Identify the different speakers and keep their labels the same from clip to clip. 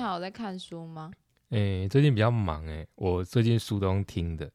Speaker 1: 还有在看书吗？
Speaker 2: 诶、最近比较忙诶、我最近书都用听的，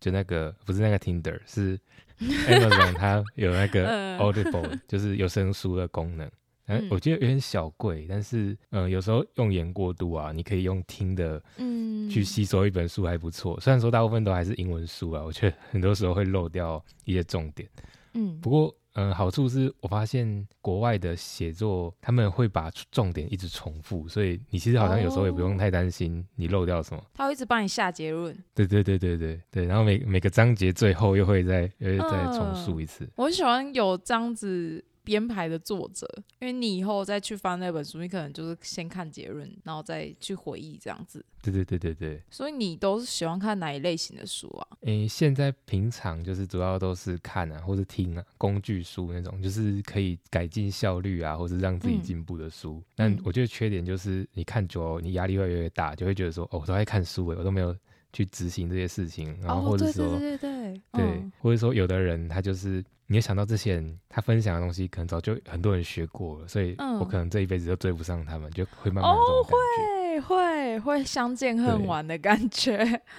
Speaker 2: 就那个不是那个 Tinder，是 Amazon 它有那个
Speaker 1: 嗯
Speaker 2: Audible，就是有声书的功能。嗯
Speaker 1: 嗯，
Speaker 2: 我觉得有点小贵，但是嗯、呃有时候用眼过度啊，你可以用听的
Speaker 1: 嗯，
Speaker 2: 去吸收一本书还不错。虽然说大部分都还是英文书啊，我觉得很多时候会漏掉一些重点。
Speaker 1: 嗯
Speaker 2: 不过，嗯，好处是我发现国外的写作他们会把重点一直重复，所以你其实好像有时候也不
Speaker 1: 哦
Speaker 2: 用太担心你漏掉什么。
Speaker 1: 他会一直帮你下结论。
Speaker 2: 对对对对对对，然后每每个章节最后又会再又会再
Speaker 1: 嗯
Speaker 2: 重述一次。
Speaker 1: 我很喜欢有这样子编排的作者，因为你以后再去翻那本书，你可能就是先看结论，然后再去回忆这样子。
Speaker 2: 对对对对对，
Speaker 1: 所以你都是喜欢看哪一类型的书啊？
Speaker 2: 诶，现在平常就是主要都是看啊，或是听啊，工具书那种，就是可以改进效率啊，或是让自己
Speaker 1: 嗯
Speaker 2: 进步的书。但
Speaker 1: 嗯
Speaker 2: 我觉得缺点就是你看久了，你压力会越来越大，就会觉得说，哦，我都在看书诶，我都没有去执行这些事情，然后
Speaker 1: 哦，
Speaker 2: 或者
Speaker 1: 对
Speaker 2: 说。
Speaker 1: 对对对对，
Speaker 2: 对，
Speaker 1: 嗯
Speaker 2: 或者说有的人他就是，你也想到这些人他分享的东西，可能早就很多人学过了，所以
Speaker 1: 嗯
Speaker 2: 我可能这一辈子都追不上他们，就会慢慢有这种感觉。
Speaker 1: 哦会会会相见恨
Speaker 2: 对
Speaker 1: 晚的感 觉，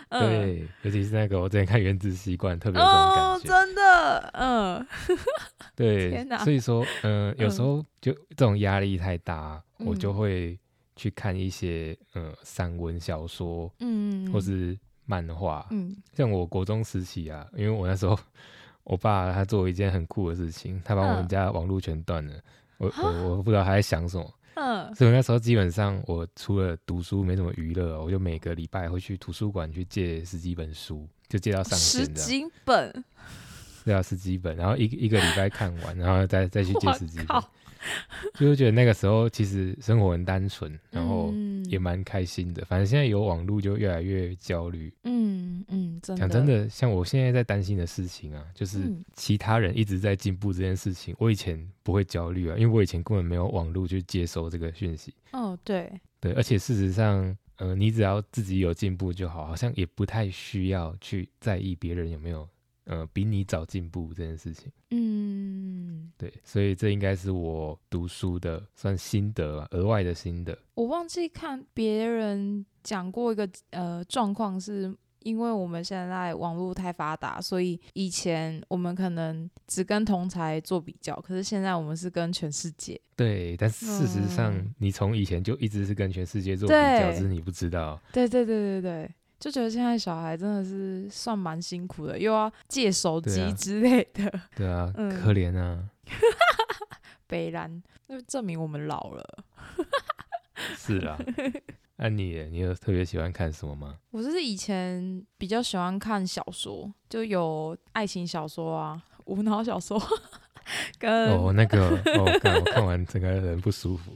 Speaker 1: 嗯，
Speaker 2: 对，尤其是那个我之前看《原子习惯》，特别有这种
Speaker 1: 哦
Speaker 2: 感，觉。
Speaker 1: 真的，嗯天
Speaker 2: 对，
Speaker 1: 哪
Speaker 2: 所以说，嗯，有
Speaker 1: 嗯
Speaker 2: 时候就这种压力太大，我就
Speaker 1: 嗯
Speaker 2: 会去看一些呃散文小说
Speaker 1: 嗯，
Speaker 2: 或是漫画。
Speaker 1: 嗯
Speaker 2: 像我国中时期啊，因为我那时候 我爸他做了一件很酷的事情，他把我们
Speaker 1: 嗯
Speaker 2: 家网路全断了。我我我不知道他在想什么，
Speaker 1: 嗯
Speaker 2: 所以我那时候基本上我除了读书没什么娱乐，我就每个礼拜会去图书馆去借十几本书，就借到上
Speaker 1: 十
Speaker 2: 限这样，
Speaker 1: 几本，
Speaker 2: 对啊，十几本，然后一个一个礼拜看 完，然后再再去借
Speaker 1: 我
Speaker 2: 十几本，
Speaker 1: 靠，
Speaker 2: 就是觉得那个时候其实生活很单纯，然后
Speaker 1: 嗯
Speaker 2: 也蛮开心的。反正现在有网络就越来越焦虑，
Speaker 1: 嗯嗯，真
Speaker 2: 讲
Speaker 1: 的
Speaker 2: 真的，像我现在在担心的事情啊，就是
Speaker 1: 嗯
Speaker 2: 其他人一直在进步这件事情，我以前不会焦虑啊，因为我以前根本没有网络去接收这个讯息。
Speaker 1: 哦，对，
Speaker 2: 对，而且事实上，呃，你只要自己有进步就好，好像也不太需要去在意别人有没有呃比你早进步这件事情。
Speaker 1: 嗯。
Speaker 2: 对，所以这应该是我读书的算心得吧，额外的心得。
Speaker 1: 我忘记看别人讲过一个呃状况，是因为我们现在网络太发达，所以以前我们可能只跟同才做比较，可是现在我们是跟全世界。
Speaker 2: 对，但事实上，
Speaker 1: 嗯
Speaker 2: 你从以前就一直是跟全世界做比较，
Speaker 1: 对
Speaker 2: 只是你不知道。
Speaker 1: 对对对对对，就觉得现在小孩真的是算蛮辛苦的，又要借手
Speaker 2: 对啊
Speaker 1: 机之类的，
Speaker 2: 对啊，
Speaker 1: 嗯
Speaker 2: 可怜啊。
Speaker 1: 北兰，那就证明我们老了。
Speaker 2: 是啊，那、你耶你有特别喜欢看什么吗？
Speaker 1: 我就是以前比较喜欢看小说，就有爱情小说啊、无脑小说 跟
Speaker 2: 哦，那个，哦，看我看完整个人不舒服。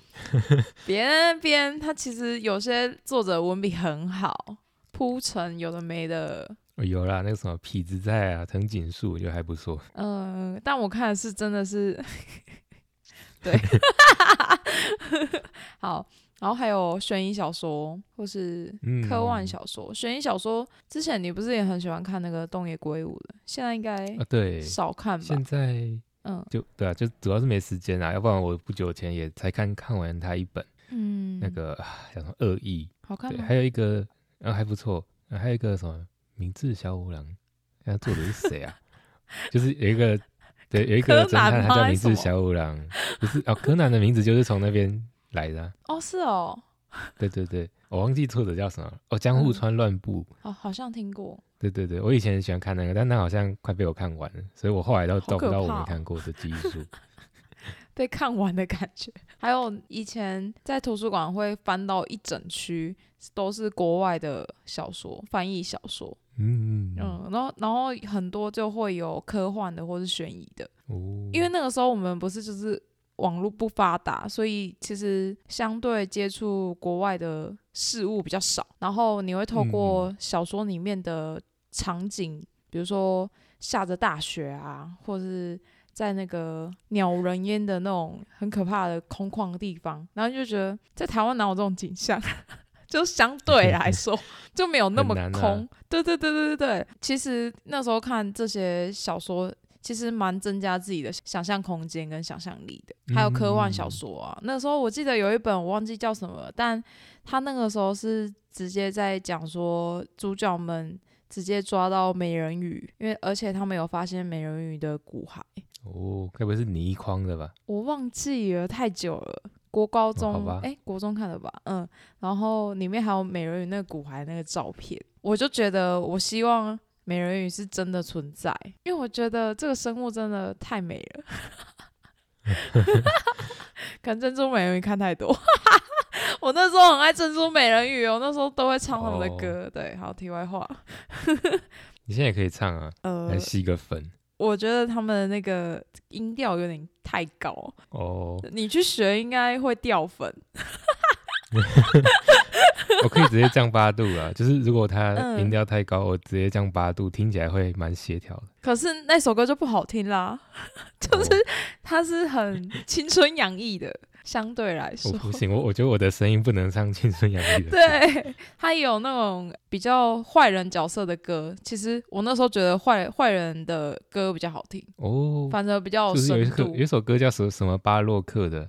Speaker 1: 别人那边他其实有些作者文笔很好，铺陈有的没的，
Speaker 2: 哦有啦，那个什么痞子在啊，藤井树我觉得还不错。
Speaker 1: 嗯、但我看的是真的是， 对，好，然后还有悬疑小说或是
Speaker 2: 嗯，
Speaker 1: 科幻小说，悬疑小说之前你不是也很喜欢看那个东野圭吾的，现在应该
Speaker 2: 啊，对，
Speaker 1: 少看吧
Speaker 2: 现，在
Speaker 1: 嗯
Speaker 2: 就对啊，就主要是没时间啊，要不然我不久前也才看看完他一本、
Speaker 1: 嗯，
Speaker 2: 那个啊叫什么《恶意
Speaker 1: 好》，看
Speaker 2: 对，
Speaker 1: 吗
Speaker 2: 还？有一个啊还不错、啊，还有一个什么明治小五郎，他做的是谁啊？ 就是有一个。对，有一个侦
Speaker 1: 柯南
Speaker 2: 探，他
Speaker 1: 吗
Speaker 2: 叫
Speaker 1: 还
Speaker 2: 明
Speaker 1: 是什
Speaker 2: 治
Speaker 1: 么
Speaker 2: 小五郎，不是哦，柯南的名字就是从那边来的啊、
Speaker 1: 哦，是哦，
Speaker 2: 对对对，我忘记作者叫什么了哦，江户
Speaker 1: 嗯
Speaker 2: 川乱步。
Speaker 1: 好，哦好像听过，
Speaker 2: 对对对，我以前很喜欢看那个，但那好像快被我看完了，所以我后来都
Speaker 1: 好
Speaker 2: 找
Speaker 1: 可
Speaker 2: 不到我
Speaker 1: 怕
Speaker 2: 没
Speaker 1: 哦
Speaker 2: 看过的集数。
Speaker 1: 被看完的感觉。 还有以前在图书馆会翻到一整区都是国外的小说，翻译小说，
Speaker 2: 嗯， 嗯
Speaker 1: 嗯，然后然后很多就会有科幻的或是悬疑的，
Speaker 2: 哦，
Speaker 1: 因为那个时候我们不是就是网络不发达，所以其实相对接触国外的事物比较少，然后你会透
Speaker 2: 嗯
Speaker 1: 过小说里面的场景，比如说下着大雪啊，或是在那个鸟人烟的那种很可怕的空旷的地方，然后就觉得在台湾哪有这种景象？ 就相对 来说就没有那么
Speaker 2: 很难啊
Speaker 1: 空，对对对对对对。其实那时候看这些小说，其实蛮增加自己的想象空间跟想象力的。还有科幻小说啊，那时候我记得有一本我忘记叫什么了，但他那个时候是直接在讲说主角们直接抓到美人鱼，因为而且他们有发现美人鱼的骨骸，
Speaker 2: 哦，该不会是泥筐的吧？
Speaker 1: 我忘记了太久了。国高
Speaker 2: 哦好
Speaker 1: 中
Speaker 2: 吧
Speaker 1: 哎、国中看的吧，嗯，然后里面还有美人鱼那个骨骸那个照片，我就觉得我希望美人鱼是真的存在，因为我觉得这个生物真的太美了， 可能珍珠美人鱼看太多， 我那时候很爱珍珠美人鱼哦，我那时候都会唱他们的
Speaker 2: 哦
Speaker 1: 歌，对，好，题外话，
Speaker 2: 你现在也可以唱啊，
Speaker 1: 呃
Speaker 2: 来，吸个粉
Speaker 1: 我觉得他们的那个音调有点太高，
Speaker 2: 哦。
Speaker 1: 你去学应该会掉粉，
Speaker 2: 我可以直接降八度 啊，就是如果它
Speaker 1: 嗯
Speaker 2: 音调太高，我直接降八度，听起来会蛮协调的。
Speaker 1: 可是那首歌就不好听啦， 就是
Speaker 2: 哦
Speaker 1: 它是很青春洋溢的，相对来说
Speaker 2: 我，不行，我我觉得我的声音不能唱青春洋溢的。，
Speaker 1: 对，它也有那种比较坏人角色的歌。其实我那时候觉得坏坏人的歌比较好听，
Speaker 2: 哦，
Speaker 1: 反而比较有
Speaker 2: 就是有一
Speaker 1: 深
Speaker 2: 首
Speaker 1: 度
Speaker 2: 有。一首歌叫什什么巴洛克的，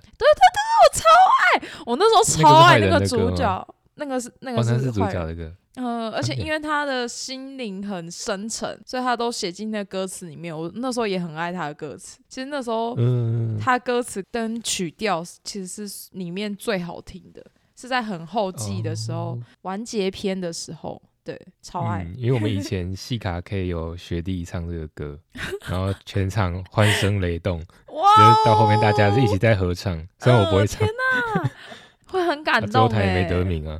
Speaker 1: 我那时候超爱那个主角，那个是那
Speaker 2: 哦，
Speaker 1: 个
Speaker 2: 那是主
Speaker 1: 坏
Speaker 2: 角
Speaker 1: 人，
Speaker 2: 的歌。
Speaker 1: 嗯，而且
Speaker 2: OK
Speaker 1: 因为他的心灵很深沉，所以他都写进那歌词里面。我那时候也很爱他的歌词。其实那时候
Speaker 2: 嗯，
Speaker 1: 他歌词跟曲调其实是里面最好听的，是在很后记的时候，
Speaker 2: 哦
Speaker 1: 完结篇的时候，对，超爱。
Speaker 2: 嗯，因为我们以前戏卡 K 有学弟唱这个歌，然后全场欢声 雷动，就
Speaker 1: 哇
Speaker 2: 是
Speaker 1: 哦
Speaker 2: 到后面大家是一起在合唱，虽然我不会唱
Speaker 1: 呃，天哪，会很
Speaker 2: 啊
Speaker 1: 感
Speaker 2: 最
Speaker 1: 动
Speaker 2: 后
Speaker 1: 哎、
Speaker 2: 他也没得名 啊。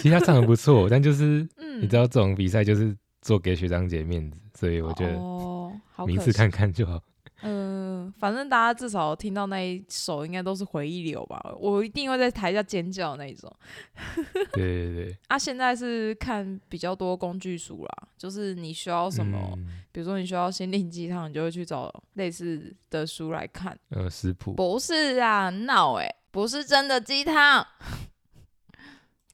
Speaker 2: 其实他唱的不错，但就是
Speaker 1: 嗯，
Speaker 2: 你知道这种比赛就是做给学长姐面子，所以我觉得
Speaker 1: 哦，好
Speaker 2: 名
Speaker 1: 可
Speaker 2: 次
Speaker 1: 惜。
Speaker 2: 看看就好。
Speaker 1: 嗯、反正大家至少听到那一首，应该都是回忆流吧。我一定会在台下尖叫那一种。
Speaker 2: 对对 对，
Speaker 1: 啊，现在是看比较多工具书啦，就是你需要什么。哦
Speaker 2: 嗯？
Speaker 1: 比如说你需要心灵鸡汤，你就会去找类似的书来看。
Speaker 2: 呃，食谱
Speaker 1: 不是啊，闹哎、不是真的鸡汤。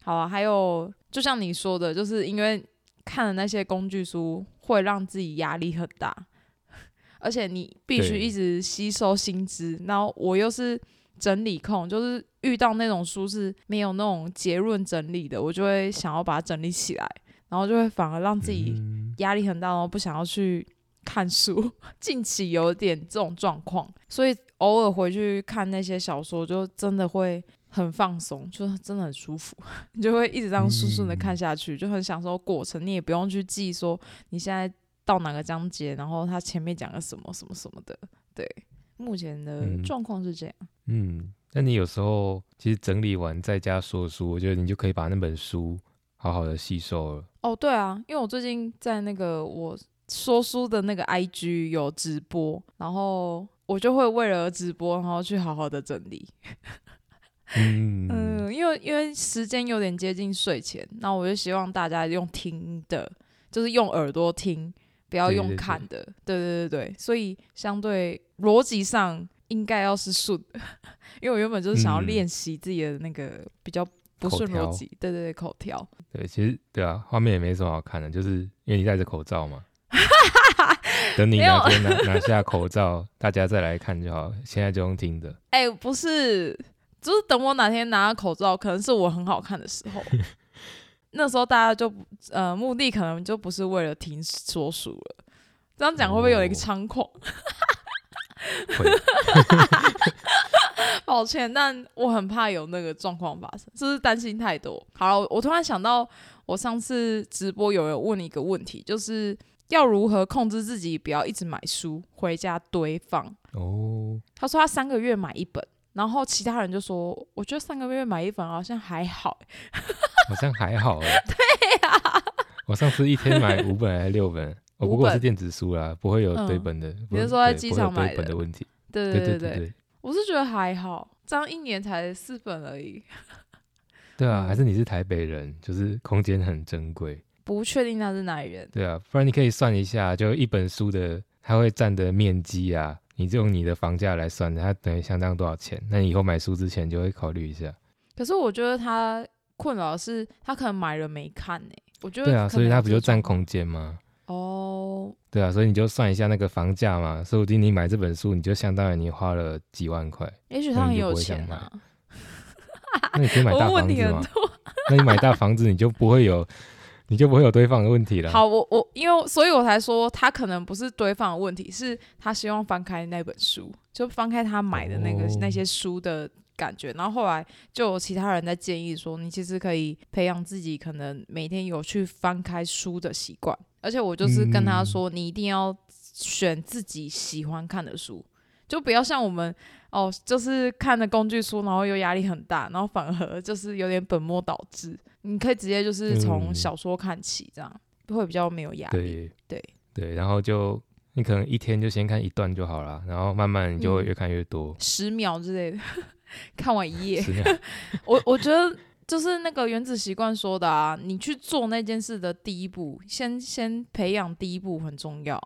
Speaker 1: 好啊，还有就像你说的，就是因为看了那些工具书，会让自己压力很大，而且你必须
Speaker 2: 对
Speaker 1: 一直吸收新知。然后我又是整理控，就是遇到那种书是没有那种结论整理的，我就会想要把它整理起来，然后就会反而让自己
Speaker 2: 嗯
Speaker 1: 压力很大，然哦后不想要去看书。 近期有点这种状况，所以偶尔回去看那些小说，就真的会很放松，就是真的很舒服， 你就会一直这样顺顺的看下去，就很享受过程。你也不用去记说你现在到哪个章节，然后他前面讲了什么什么什么的。对，目前的
Speaker 2: 嗯
Speaker 1: 状况是这样。
Speaker 2: 嗯，那你有时候其实整理完在家说书，我觉得你就可以把那本书好好的吸收了。
Speaker 1: 哦，对啊，因为我最近在那个我说书的那个 IG 有直播，然后我就会为了直播，然后去好好的整理。
Speaker 2: 嗯，
Speaker 1: 嗯，因为因为时间有点接近睡前，那我就希望大家用听的，就是用耳朵听，不要
Speaker 2: 对
Speaker 1: 用
Speaker 2: 对对
Speaker 1: 看的。对对对对，所以相对逻辑上应该要是顺 的，因为我原本就是想要
Speaker 2: 嗯
Speaker 1: 练习自己的那个比较不
Speaker 2: 口
Speaker 1: 顺逻
Speaker 2: 条
Speaker 1: 辑，对对对，口条。
Speaker 2: 对，其实对啊，画面也没什么好看的，就是因为你戴着口罩 嘛。等你
Speaker 1: 没有
Speaker 2: 哪天拿 拿下口罩，大家再来看就好。现在就用听的，
Speaker 1: 哎、不是，就是等我哪天拿到口罩，可能是我很好看的时 候。那时候大家就不呃，目的可能就不是为了听说书了。这样讲会不会有一个
Speaker 2: 哦
Speaker 1: 猖狂？
Speaker 2: 会
Speaker 1: 抱歉，但我很怕有那个状况发生，就是担心太多。好了，我突然想到，我上次直播有人问一个问题，就是要如何控制自己不要一直买书回家堆放。
Speaker 2: 哦，
Speaker 1: 他说他三个月买一本，然后其他人就说，我觉得三个月买一本好像还好、
Speaker 2: 好像还好 哎。对呀、我上次一天买五本还是 六本，哦，
Speaker 1: 啊五
Speaker 2: 不过
Speaker 1: 本
Speaker 2: 是电子书啦，不会有堆
Speaker 1: 嗯
Speaker 2: 本的。
Speaker 1: 你
Speaker 2: 不
Speaker 1: 是
Speaker 2: 会
Speaker 1: 说在
Speaker 2: 对
Speaker 1: 机
Speaker 2: 不会有
Speaker 1: 场买
Speaker 2: 堆本
Speaker 1: 的
Speaker 2: 的问题？
Speaker 1: 对
Speaker 2: 对
Speaker 1: 对
Speaker 2: 对
Speaker 1: 对，
Speaker 2: 对，
Speaker 1: 我是觉得还好，这样一年才四本而已，
Speaker 2: 对啊，
Speaker 1: 嗯
Speaker 2: 还是你是台北人，就是空间很珍贵。
Speaker 1: 不确定他是哪里人。
Speaker 2: 对啊，不然你可以算一下，就一本书的它会占的面积啊，你就用你的房价来算，它等于相当多少钱？那你以后买书之前就会考虑一下。
Speaker 1: 可是我觉得他困扰的是，他可能买了没看呢、我觉得
Speaker 2: 对啊，
Speaker 1: 可
Speaker 2: 所以
Speaker 1: 能
Speaker 2: 它
Speaker 1: 有
Speaker 2: 不
Speaker 1: 这
Speaker 2: 就占
Speaker 1: 种
Speaker 2: 空间吗？
Speaker 1: 哦，
Speaker 2: 对啊，所以你就算一下那个房价嘛，所以我今你买这本书，你就相当于你花了几万块，
Speaker 1: 也许
Speaker 2: 那
Speaker 1: 他很
Speaker 2: 你就
Speaker 1: 有
Speaker 2: 不会想
Speaker 1: 钱
Speaker 2: 买
Speaker 1: 啊。
Speaker 2: 那你可以买
Speaker 1: 我
Speaker 2: 大
Speaker 1: 问哦啊
Speaker 2: 房
Speaker 1: 题
Speaker 2: 子
Speaker 1: 很
Speaker 2: 嘛？
Speaker 1: 多。
Speaker 2: 那你买大房子，你就不会有， 你就不会有堆放的问题了。
Speaker 1: 好，我我因为所以我才说他可能不是堆放的问题，是他希望翻开那本书，就翻开他买的那个、
Speaker 2: 哦
Speaker 1: 那些书的感觉。然后后来就有其他人在建议说，你其实可以培养自己可能每天有去翻开书的习惯。而且我就是跟他
Speaker 2: 嗯
Speaker 1: 说，你一定要选自己喜欢看的书。就不要像我们哦，就是看的工具书，然后又压力很大，然后反而就是有点本末倒置。你可以直接就是从
Speaker 2: 嗯
Speaker 1: 小说看起，这样、会比较没有压力。
Speaker 2: 对
Speaker 1: 啊对
Speaker 2: 对，然后就你可能一天就先看一段就好了，然后慢慢你就
Speaker 1: 嗯
Speaker 2: 会越看越多。
Speaker 1: 十秒之类的，看完一页。
Speaker 2: 是那样
Speaker 1: 我我觉得就是那个原子习惯说的啊，你去做那件事的第一步，先先培养第一步很重要。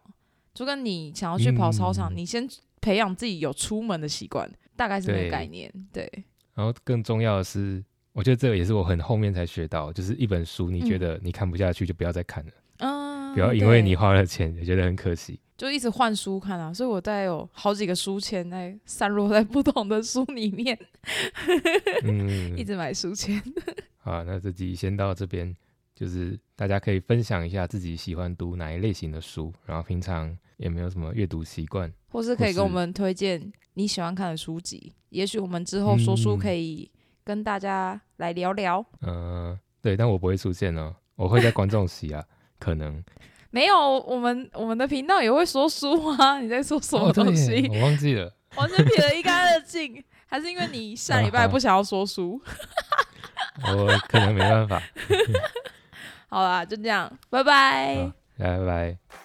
Speaker 1: 就跟你想要去跑操场，
Speaker 2: 嗯
Speaker 1: 你先培养自己有出门的习惯，大概是那个
Speaker 2: 对
Speaker 1: 概念。对，
Speaker 2: 然后更重要的是，我觉得这个也是我很后面才学到，就是一本书，你觉得你看不下去就不要再看了，
Speaker 1: 嗯，
Speaker 2: 不要因为
Speaker 1: 对
Speaker 2: 你花了钱也觉得很可 惜。
Speaker 1: 就一直换书看啊，所以我在有好几个书签在散落在不同的书里面，
Speaker 2: 嗯
Speaker 1: 一，直买书签。
Speaker 2: 好，啊那这集先到这边，就是大家可以分享一下自己喜欢读哪一类型的书，然后平常也没有什么阅读习惯。
Speaker 1: 或是可以
Speaker 2: 或是
Speaker 1: 跟我们推荐你喜欢看的书籍。也许我们之后说书
Speaker 2: 嗯
Speaker 1: 可以跟大家来聊聊。
Speaker 2: 嗯，对，但我不会出现哦，我会在观众席啊，可能。
Speaker 1: 没有，我们我们的频道也会说书啊！你在说 什么
Speaker 2: 哦对
Speaker 1: 东
Speaker 2: 耶
Speaker 1: 西？
Speaker 2: 我忘记了。
Speaker 1: 完全撇得一干二净，还是因为你下礼
Speaker 2: 啊
Speaker 1: 拜不想要说书？
Speaker 2: 我可能没办法。
Speaker 1: 好啦，就这样，拜拜。
Speaker 2: 好，拜拜。